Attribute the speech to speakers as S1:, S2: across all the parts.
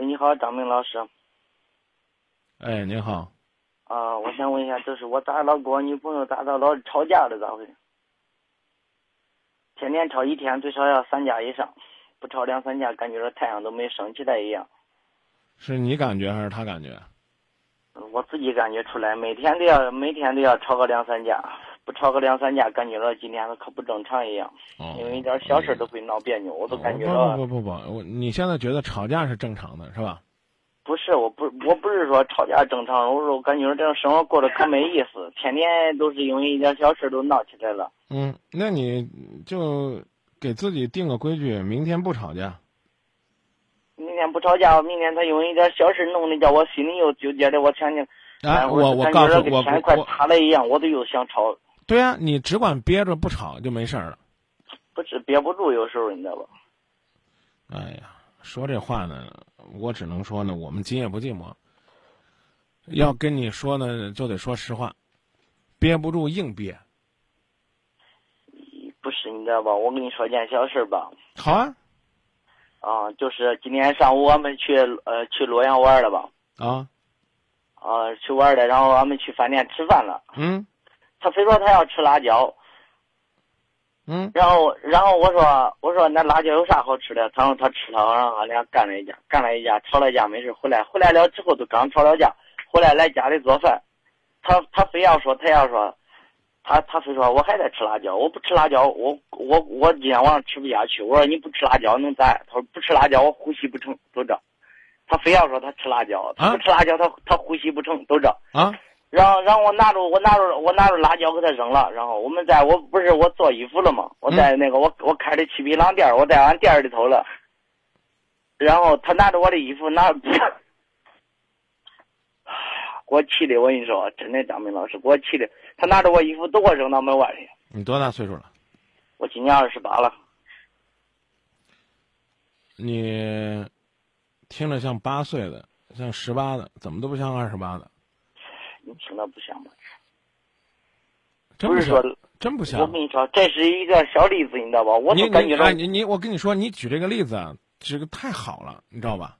S1: 你好，张明老师。
S2: 哎，你好，
S1: 啊、我想问一下，就是我咋老跟我女朋友咋的老是吵架了？咋回事？天天吵，一天最少要三架以上，不吵两三架，感觉这太阳都没升起来一样。
S2: 是你感觉还是他感觉？
S1: 我自己感觉出来，每天都要每天都要吵个两三架，不吵个两三架，感觉到今天可不正常一样。
S2: 哦，
S1: 因为一点小事都会闹别扭，我
S2: 我
S1: 都感觉到
S2: 不不不不不，我你现在觉得吵架是正常的，是吧？
S1: 不是，我不我不是说吵架正常，我说我感觉这种生活过得可没意思，天天都是因为一点小事都闹起来了。
S2: 嗯，那你就给自己定个规矩，明天不吵架。
S1: 明天不吵架，明天他因为一点小事弄得叫我心里又纠结的，我前天，
S2: 哎，我
S1: 我
S2: 告诉
S1: 跟
S2: 我
S1: 天快
S2: 我
S1: 塌了一样，我都又想吵，
S2: 对呀、你只管憋着不吵就没事儿了。
S1: 不是憋不住，有时候你知道吧？
S2: 哎呀，说这话呢，我只能说呢，我们今夜不寂寞。要跟你说呢，就得说实话，憋不住硬憋。
S1: 不是你知道吧？我跟你说件小事吧，
S2: 好啊，
S1: 啊，就是今天上午我们去呃去洛阳玩了吧，
S2: 啊，
S1: 啊去玩了，然后俺们去饭店吃饭了，
S2: 嗯
S1: 他非说他要吃辣椒，
S2: 嗯，
S1: 然后，然后我说，我说那辣椒有啥好吃的？他说他吃了，然后俺俩干了一架，干了一架，吵了一架，没事。回来，回来了之后就刚吵了架，回来来家里做饭，他他非要说，他要说，他他非说我还在吃辣椒，我不吃辣椒，我我我今天晚上吃不下去。我说你不吃辣椒能咋？他说不吃辣椒我呼吸不成，都这。他非要说他吃辣椒，他不吃辣椒他他呼吸不成，都这。
S2: 啊，
S1: 然后，然后我拿着我拿着我拿着辣椒给他扔了。然后我们在我不是我做衣服了
S2: 嗯
S1: 嘛，我在那个、我我开的七匹狼店儿，我在俺店儿里头了。然后他拿着我的 衣服拿，给我气的，我跟你说，真的，张明老师给我气的，他拿着我衣服都给我扔到门外去。
S2: 你多大岁数了？
S1: 我今年二十八了，
S2: 你听着像八岁的，像十八的，怎么都不像二十八的，
S1: 你听着不像吗？
S2: 真
S1: 不是
S2: 像
S1: 说，
S2: 真不像
S1: 我。跟你说，这是一个小例子，你知道吧？我
S2: 你
S1: 都感
S2: 你
S1: 觉到
S2: 哎，，你你，我跟你说，你举这个例子啊，这个太好了，你知道吧？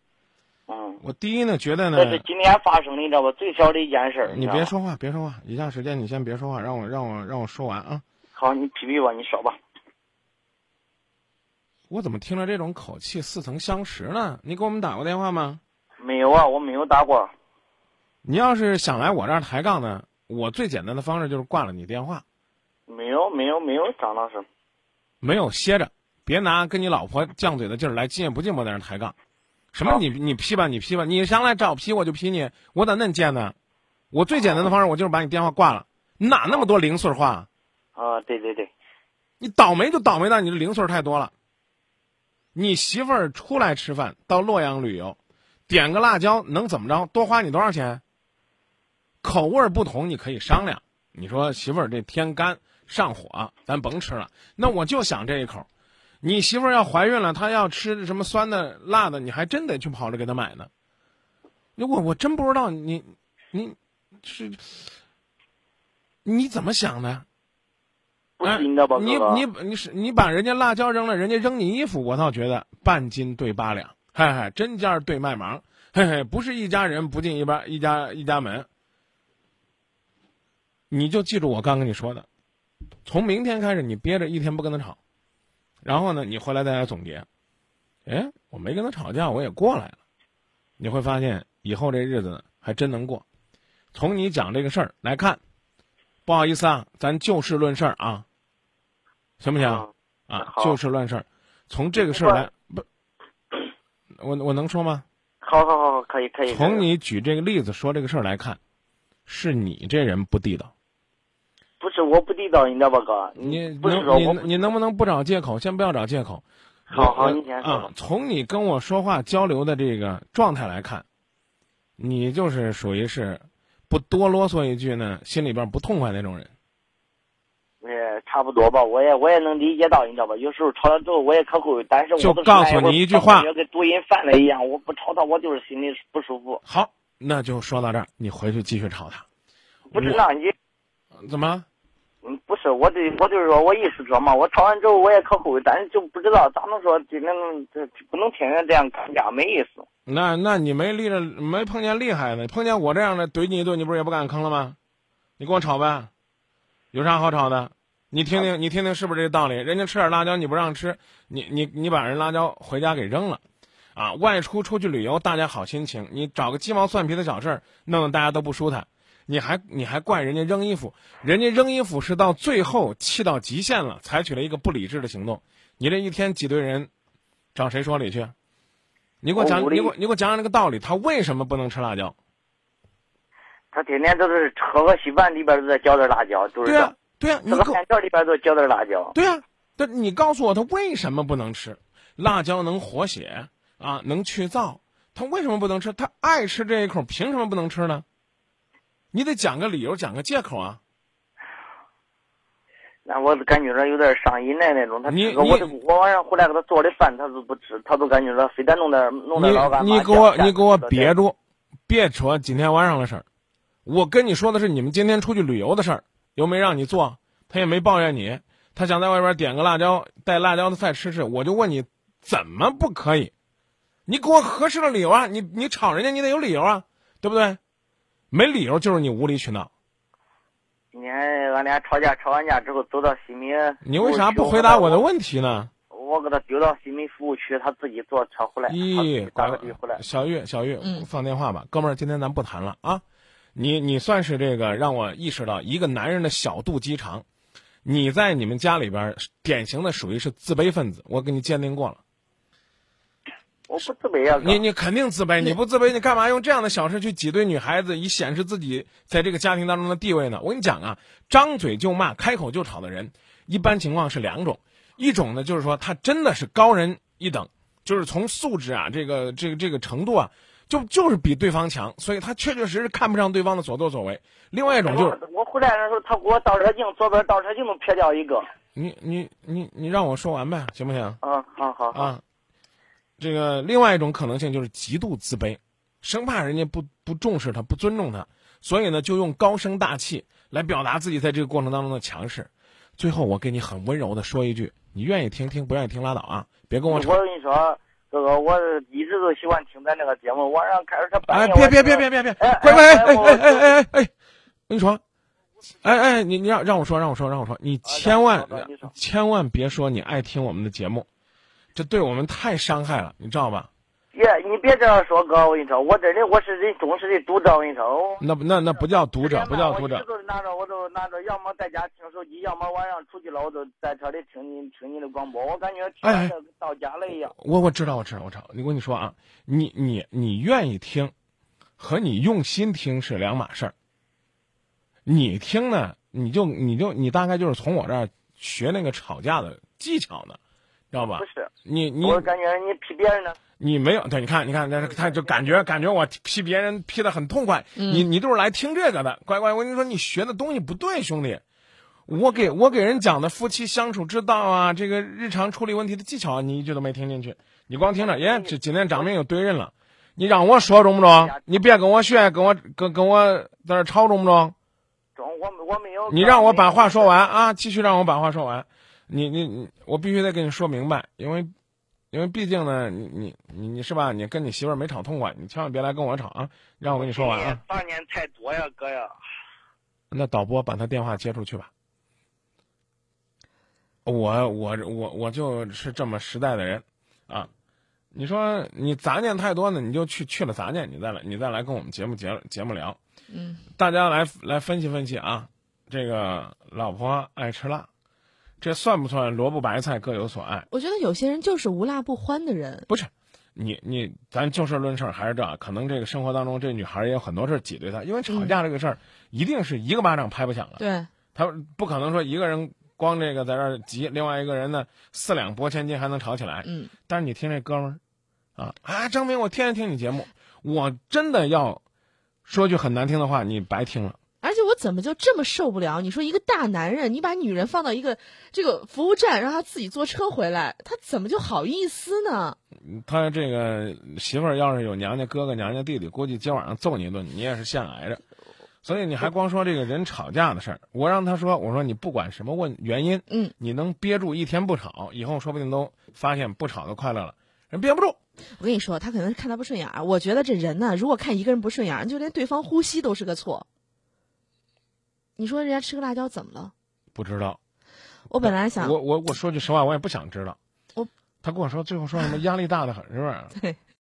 S1: 嗯，
S2: 我第一呢，觉得呢
S1: 这，是今天发生的，你知道吧？最小的一件事儿。
S2: 你
S1: 知道
S2: 别
S1: 吧
S2: 说话，别说话，以下时间你先别说话，让我让我让我说完啊。
S1: 好，你批评我，你说吧。
S2: 我怎么听着这种口气似曾相识呢？你给我们打过电话吗？
S1: 没有啊，我没有打过。
S2: 你要是想来我这儿抬杠呢，我最简单的方式就是挂了你电话，
S1: 没有，没有，没有，张老师，
S2: 没有歇着，别拿跟你老婆犟嘴的劲儿来今夜不寂寞在那儿抬杠。什么
S1: 好
S2: 你你批吧你批吧，你想来找批我就批你，我咋那么贱呢？我最简单的方式我就是把你电话挂了，你哪那么多零碎话？
S1: 啊，对对对，
S2: 你倒霉就倒霉在你的零碎太多了。你媳妇儿出来吃饭到洛阳旅游，点个辣椒能怎么着？多花你多少钱？口味儿不同你可以商量。你说媳妇儿这天干上火，咱甭吃了。那我就想这一口。你媳妇儿要怀孕了，她要吃什么酸的、辣的，你还真得去跑着给她买呢。那我我真不知道你你是你怎么想的？
S1: 不
S2: 哎
S1: 是你知道吧，
S2: 你
S1: 哥哥
S2: 你你是你把人家辣椒扔了，人家扔你衣服，我倒觉得半斤对八两，嘿嘿，针尖儿对麦芒，嘿嘿，不是一家人不进一边一家一家门。你就记住我刚跟你说的，从明天开始你憋着一天不跟他吵，然后呢，你回来再来总结。哎，我没跟他吵架，我也过来了。你会发现以后这日子还真能过。从你讲这个事儿来看，不好意思啊，咱就事论事儿啊，行不行？
S1: 嗯
S2: 啊，
S1: 好
S2: 就事论事儿。从这个事儿来，不，我我能说吗？
S1: 好好好，可以可以。可
S2: 从
S1: 以
S2: 你举这个例子说这个事儿来看，是你这人不地道。
S1: 不是我不地道，你知道吧，哥，
S2: 你
S1: 不是
S2: 能
S1: 说
S2: 你
S1: 我不
S2: 你能不能不找借口？先不要找借口。
S1: 好好，
S2: 我
S1: 你先说
S2: 啊
S1: 吧。，
S2: 从你跟我说话交流的这个状态来看，你就是属于是不多啰嗦一句呢，心里边不痛快那种人。
S1: 也差不多吧，我也我也能理解到，你知道吧？有时候吵了之后我也可会，但是我
S2: 就
S1: 都是
S2: 告诉
S1: 哎我
S2: 你一句话
S1: 感觉跟读音犯了一样，我不吵他，我就是心里不舒服。
S2: 好，那就说到这儿，你回去继续吵他。
S1: 不是
S2: 我
S1: 那你
S2: 怎么了？
S1: 嗯，不是，我得我就是说我意思说嘛，我吵完之后我也可后悔，但是就不知道咋能说就那种这不能天天这样干架，没意思。
S2: 那那你没厉害，没碰见厉害的，碰见我这样的怼你一顿，你不是也不敢吭了吗？你跟我吵呗，有啥好吵的？你听听，你听听，是不是这个道理？人家吃点辣椒你不让吃，你你你把人辣椒回家给扔了，啊，外出出去旅游大家好心情，你找个鸡毛蒜皮的小事儿，弄得大家都不舒坦，你还你还怪人家扔衣服，人家扔衣服是到最后气到极限了，采取了一个不理智的行动，你这一天几堆人，找谁说理去？你给我讲，
S1: 我无
S2: 你
S1: 力
S2: 给我你给我讲讲这个道理，他为什么不能吃辣椒？
S1: 他天天都是喝个稀饭里边都在浇点辣椒，都是
S2: 对呀、对呀、啊你
S1: 这
S2: 给
S1: 个
S2: 我
S1: 汉条里边都浇点辣椒。
S2: 对呀、但你告诉我他为什么不能吃？辣椒能活血啊，能去燥，他为什么不能吃？他爱吃这一口，凭什么不能吃呢？你得讲个理由，讲个借口啊！
S1: 那我感觉到有点上瘾的那种，他
S2: 你
S1: 这个我
S2: 你
S1: 都我晚上回来给他做的饭，他都不吃，他都感觉到非得弄点弄点老干
S2: 你
S1: 妈
S2: 你给我
S1: 酱
S2: 你给我别
S1: 酱
S2: 住，别扯今天晚上的事儿。我跟你说的是你们今天出去旅游的事儿，又没让你做，他也没抱怨你，他想在外边点个辣椒带辣椒的菜吃吃，我就问你怎么不可以？你给我合适的理由啊！你你吵人家你得有理由啊，对不对？没理由就是你无理取闹。
S1: 你看，俺俩吵架，吵完架之后走到西米，
S2: 你为啥不回答我的
S1: 问？
S2: 问题呢？
S1: 我给他丢到西米服务区，他自己坐车回来，他自
S2: 咦
S1: 己，打个的回来。
S2: 小玉，小玉，
S3: 嗯
S2: 放电话吧，哥们儿，今天咱不谈了啊。你你算是这个让我意识到一个男人的小肚鸡肠。你在你们家里边儿典型的属于是自卑分子，我给你鉴定过了。
S1: 我不自卑啊，哥
S2: 你你肯定自卑，你不自卑，你干嘛用这样的小事去挤兑女孩子，以显示自己在这个家庭当中的地位呢？我跟你讲啊，张嘴就骂、开口就吵的人，一般情况是两种，一种呢就是说他真的是高人一等，就是从素质啊，这个这个这个程度啊，就就是比对方强，所以他确确实实看不上对方的所作所为。另外一种就是
S1: 我我回来的时候，他给我倒车镜左边倒车镜都撇掉一个。
S2: 你你你你让我说完呗，行不行？
S1: 嗯，好好好，
S2: 啊，这个另外一种可能性就是极度自卑，生怕人家不不重视他、不尊重他，所以呢就用高声大气来表达自己在这个过程当中的强势。最后我给你很温柔的说一句，你愿意听听，不愿意听拉倒啊，别跟我
S1: 我
S2: 吵。
S1: 跟你说，哥哥，我一直都喜欢听咱这个节目。晚上开始他半
S2: 哎，
S1: 夜，
S2: 别别别别别别，
S1: 哎
S2: 快快哎
S1: 哎
S2: 哎
S1: 我
S2: 哎哎哎哎哎，我跟你说，哎哎，你你让让我说让我说让我说，你千万
S1: 啊让你说让你说
S2: 千万别说你爱听我们的节目，这对我们太伤害了，你知道吧？
S1: 别，你别这样说，哥，我跟你说，我真的我是人忠实的读者，我跟你说。
S2: 那不那那不叫读嗯者，不叫读
S1: 我一
S2: 者
S1: 直。都是拿着，我都拿着，要么在家听手机，要么晚上出去了，我都在车里听你听你的广播。我感觉
S2: 哎
S1: 听完这到家了一样。
S2: 我我知道，我知道，我知道。你我跟你说啊，你你你愿意听，和你用心听是两码事儿。你听呢，你就你就你大概就是从我这儿学那个吵架的技巧呢，知道吧
S1: 不？是，
S2: 你你
S1: 我感觉你批别人呢，
S2: 你没有对，你看你看，那他就感觉感觉我批别人批的很痛快，你你就是来听这个的，乖乖，我跟你说，你学的东西不对，兄弟。我给我给人讲的夫妻相处之道啊，这个日常处理问题的技巧啊，你一句都没听进去，你光听着，耶，这今天长辈有对人了，你让我说中不中？你别跟我学，跟我跟跟我在这儿吵中不中？
S1: 中我我没有。
S2: 你让我把话说完啊，继续让我把话说完。你你你，我必须得跟你说明白，因为因为毕竟呢，你你你你是吧？你跟你媳妇儿没吵痛快，你千万别来跟我吵啊！让我跟你说完啊。
S1: 八年太多呀，哥呀。
S2: 那导播把他电话接出去吧。我我我我就是这么实在的人啊！你说你杂念太多呢，你就去去了杂念，你再来你再来跟我们节目节节目聊。
S3: 嗯，
S2: 大家来来分析分析啊，这个老婆爱吃辣，这算不算萝卜白菜各有所爱？
S3: 我觉得有些人就是无辣不欢的人。
S2: 不是，你你咱就事论事儿，还是这啊，可能这个生活当中这女孩儿也有很多事儿挤兑他，因为吵架这个事儿一定是一个巴掌拍不响了，
S3: 对，
S2: 他不可能说一个人光这个在这儿急，另外一个人呢四两拨千斤还能吵起来。
S3: 嗯，
S2: 但是你听这哥们儿，啊啊，张明，我天天听你节目，我真的要说句很难听的话，你白听了。
S3: 而且我怎么就这么受不了？你说一个大男人，你把女人放到一个这个服务站，让她自己坐车回来，她怎么就好意思呢？
S2: 他这个媳妇儿要是有娘家哥哥、娘家弟弟，估计今晚上揍你一顿，你也是现挨着。所以你还光说这个人吵架的事儿，我让他说，我说你不管什么问原因，
S3: 嗯，
S2: 你能憋住一天不吵，以后说不定都发现不吵的快乐了。人憋不住，
S3: 我跟你说，他可能是看他不顺眼儿。我觉得这人呢，如果看一个人不顺眼儿，就连对方呼吸都是个错。你说人家吃个辣椒怎么了？
S2: 不知道。
S3: 我本来想，
S2: 我我我说句实话，我也不想知道。
S3: 我
S2: 他跟我说最后说什么压力大的很，是不是？
S3: 对，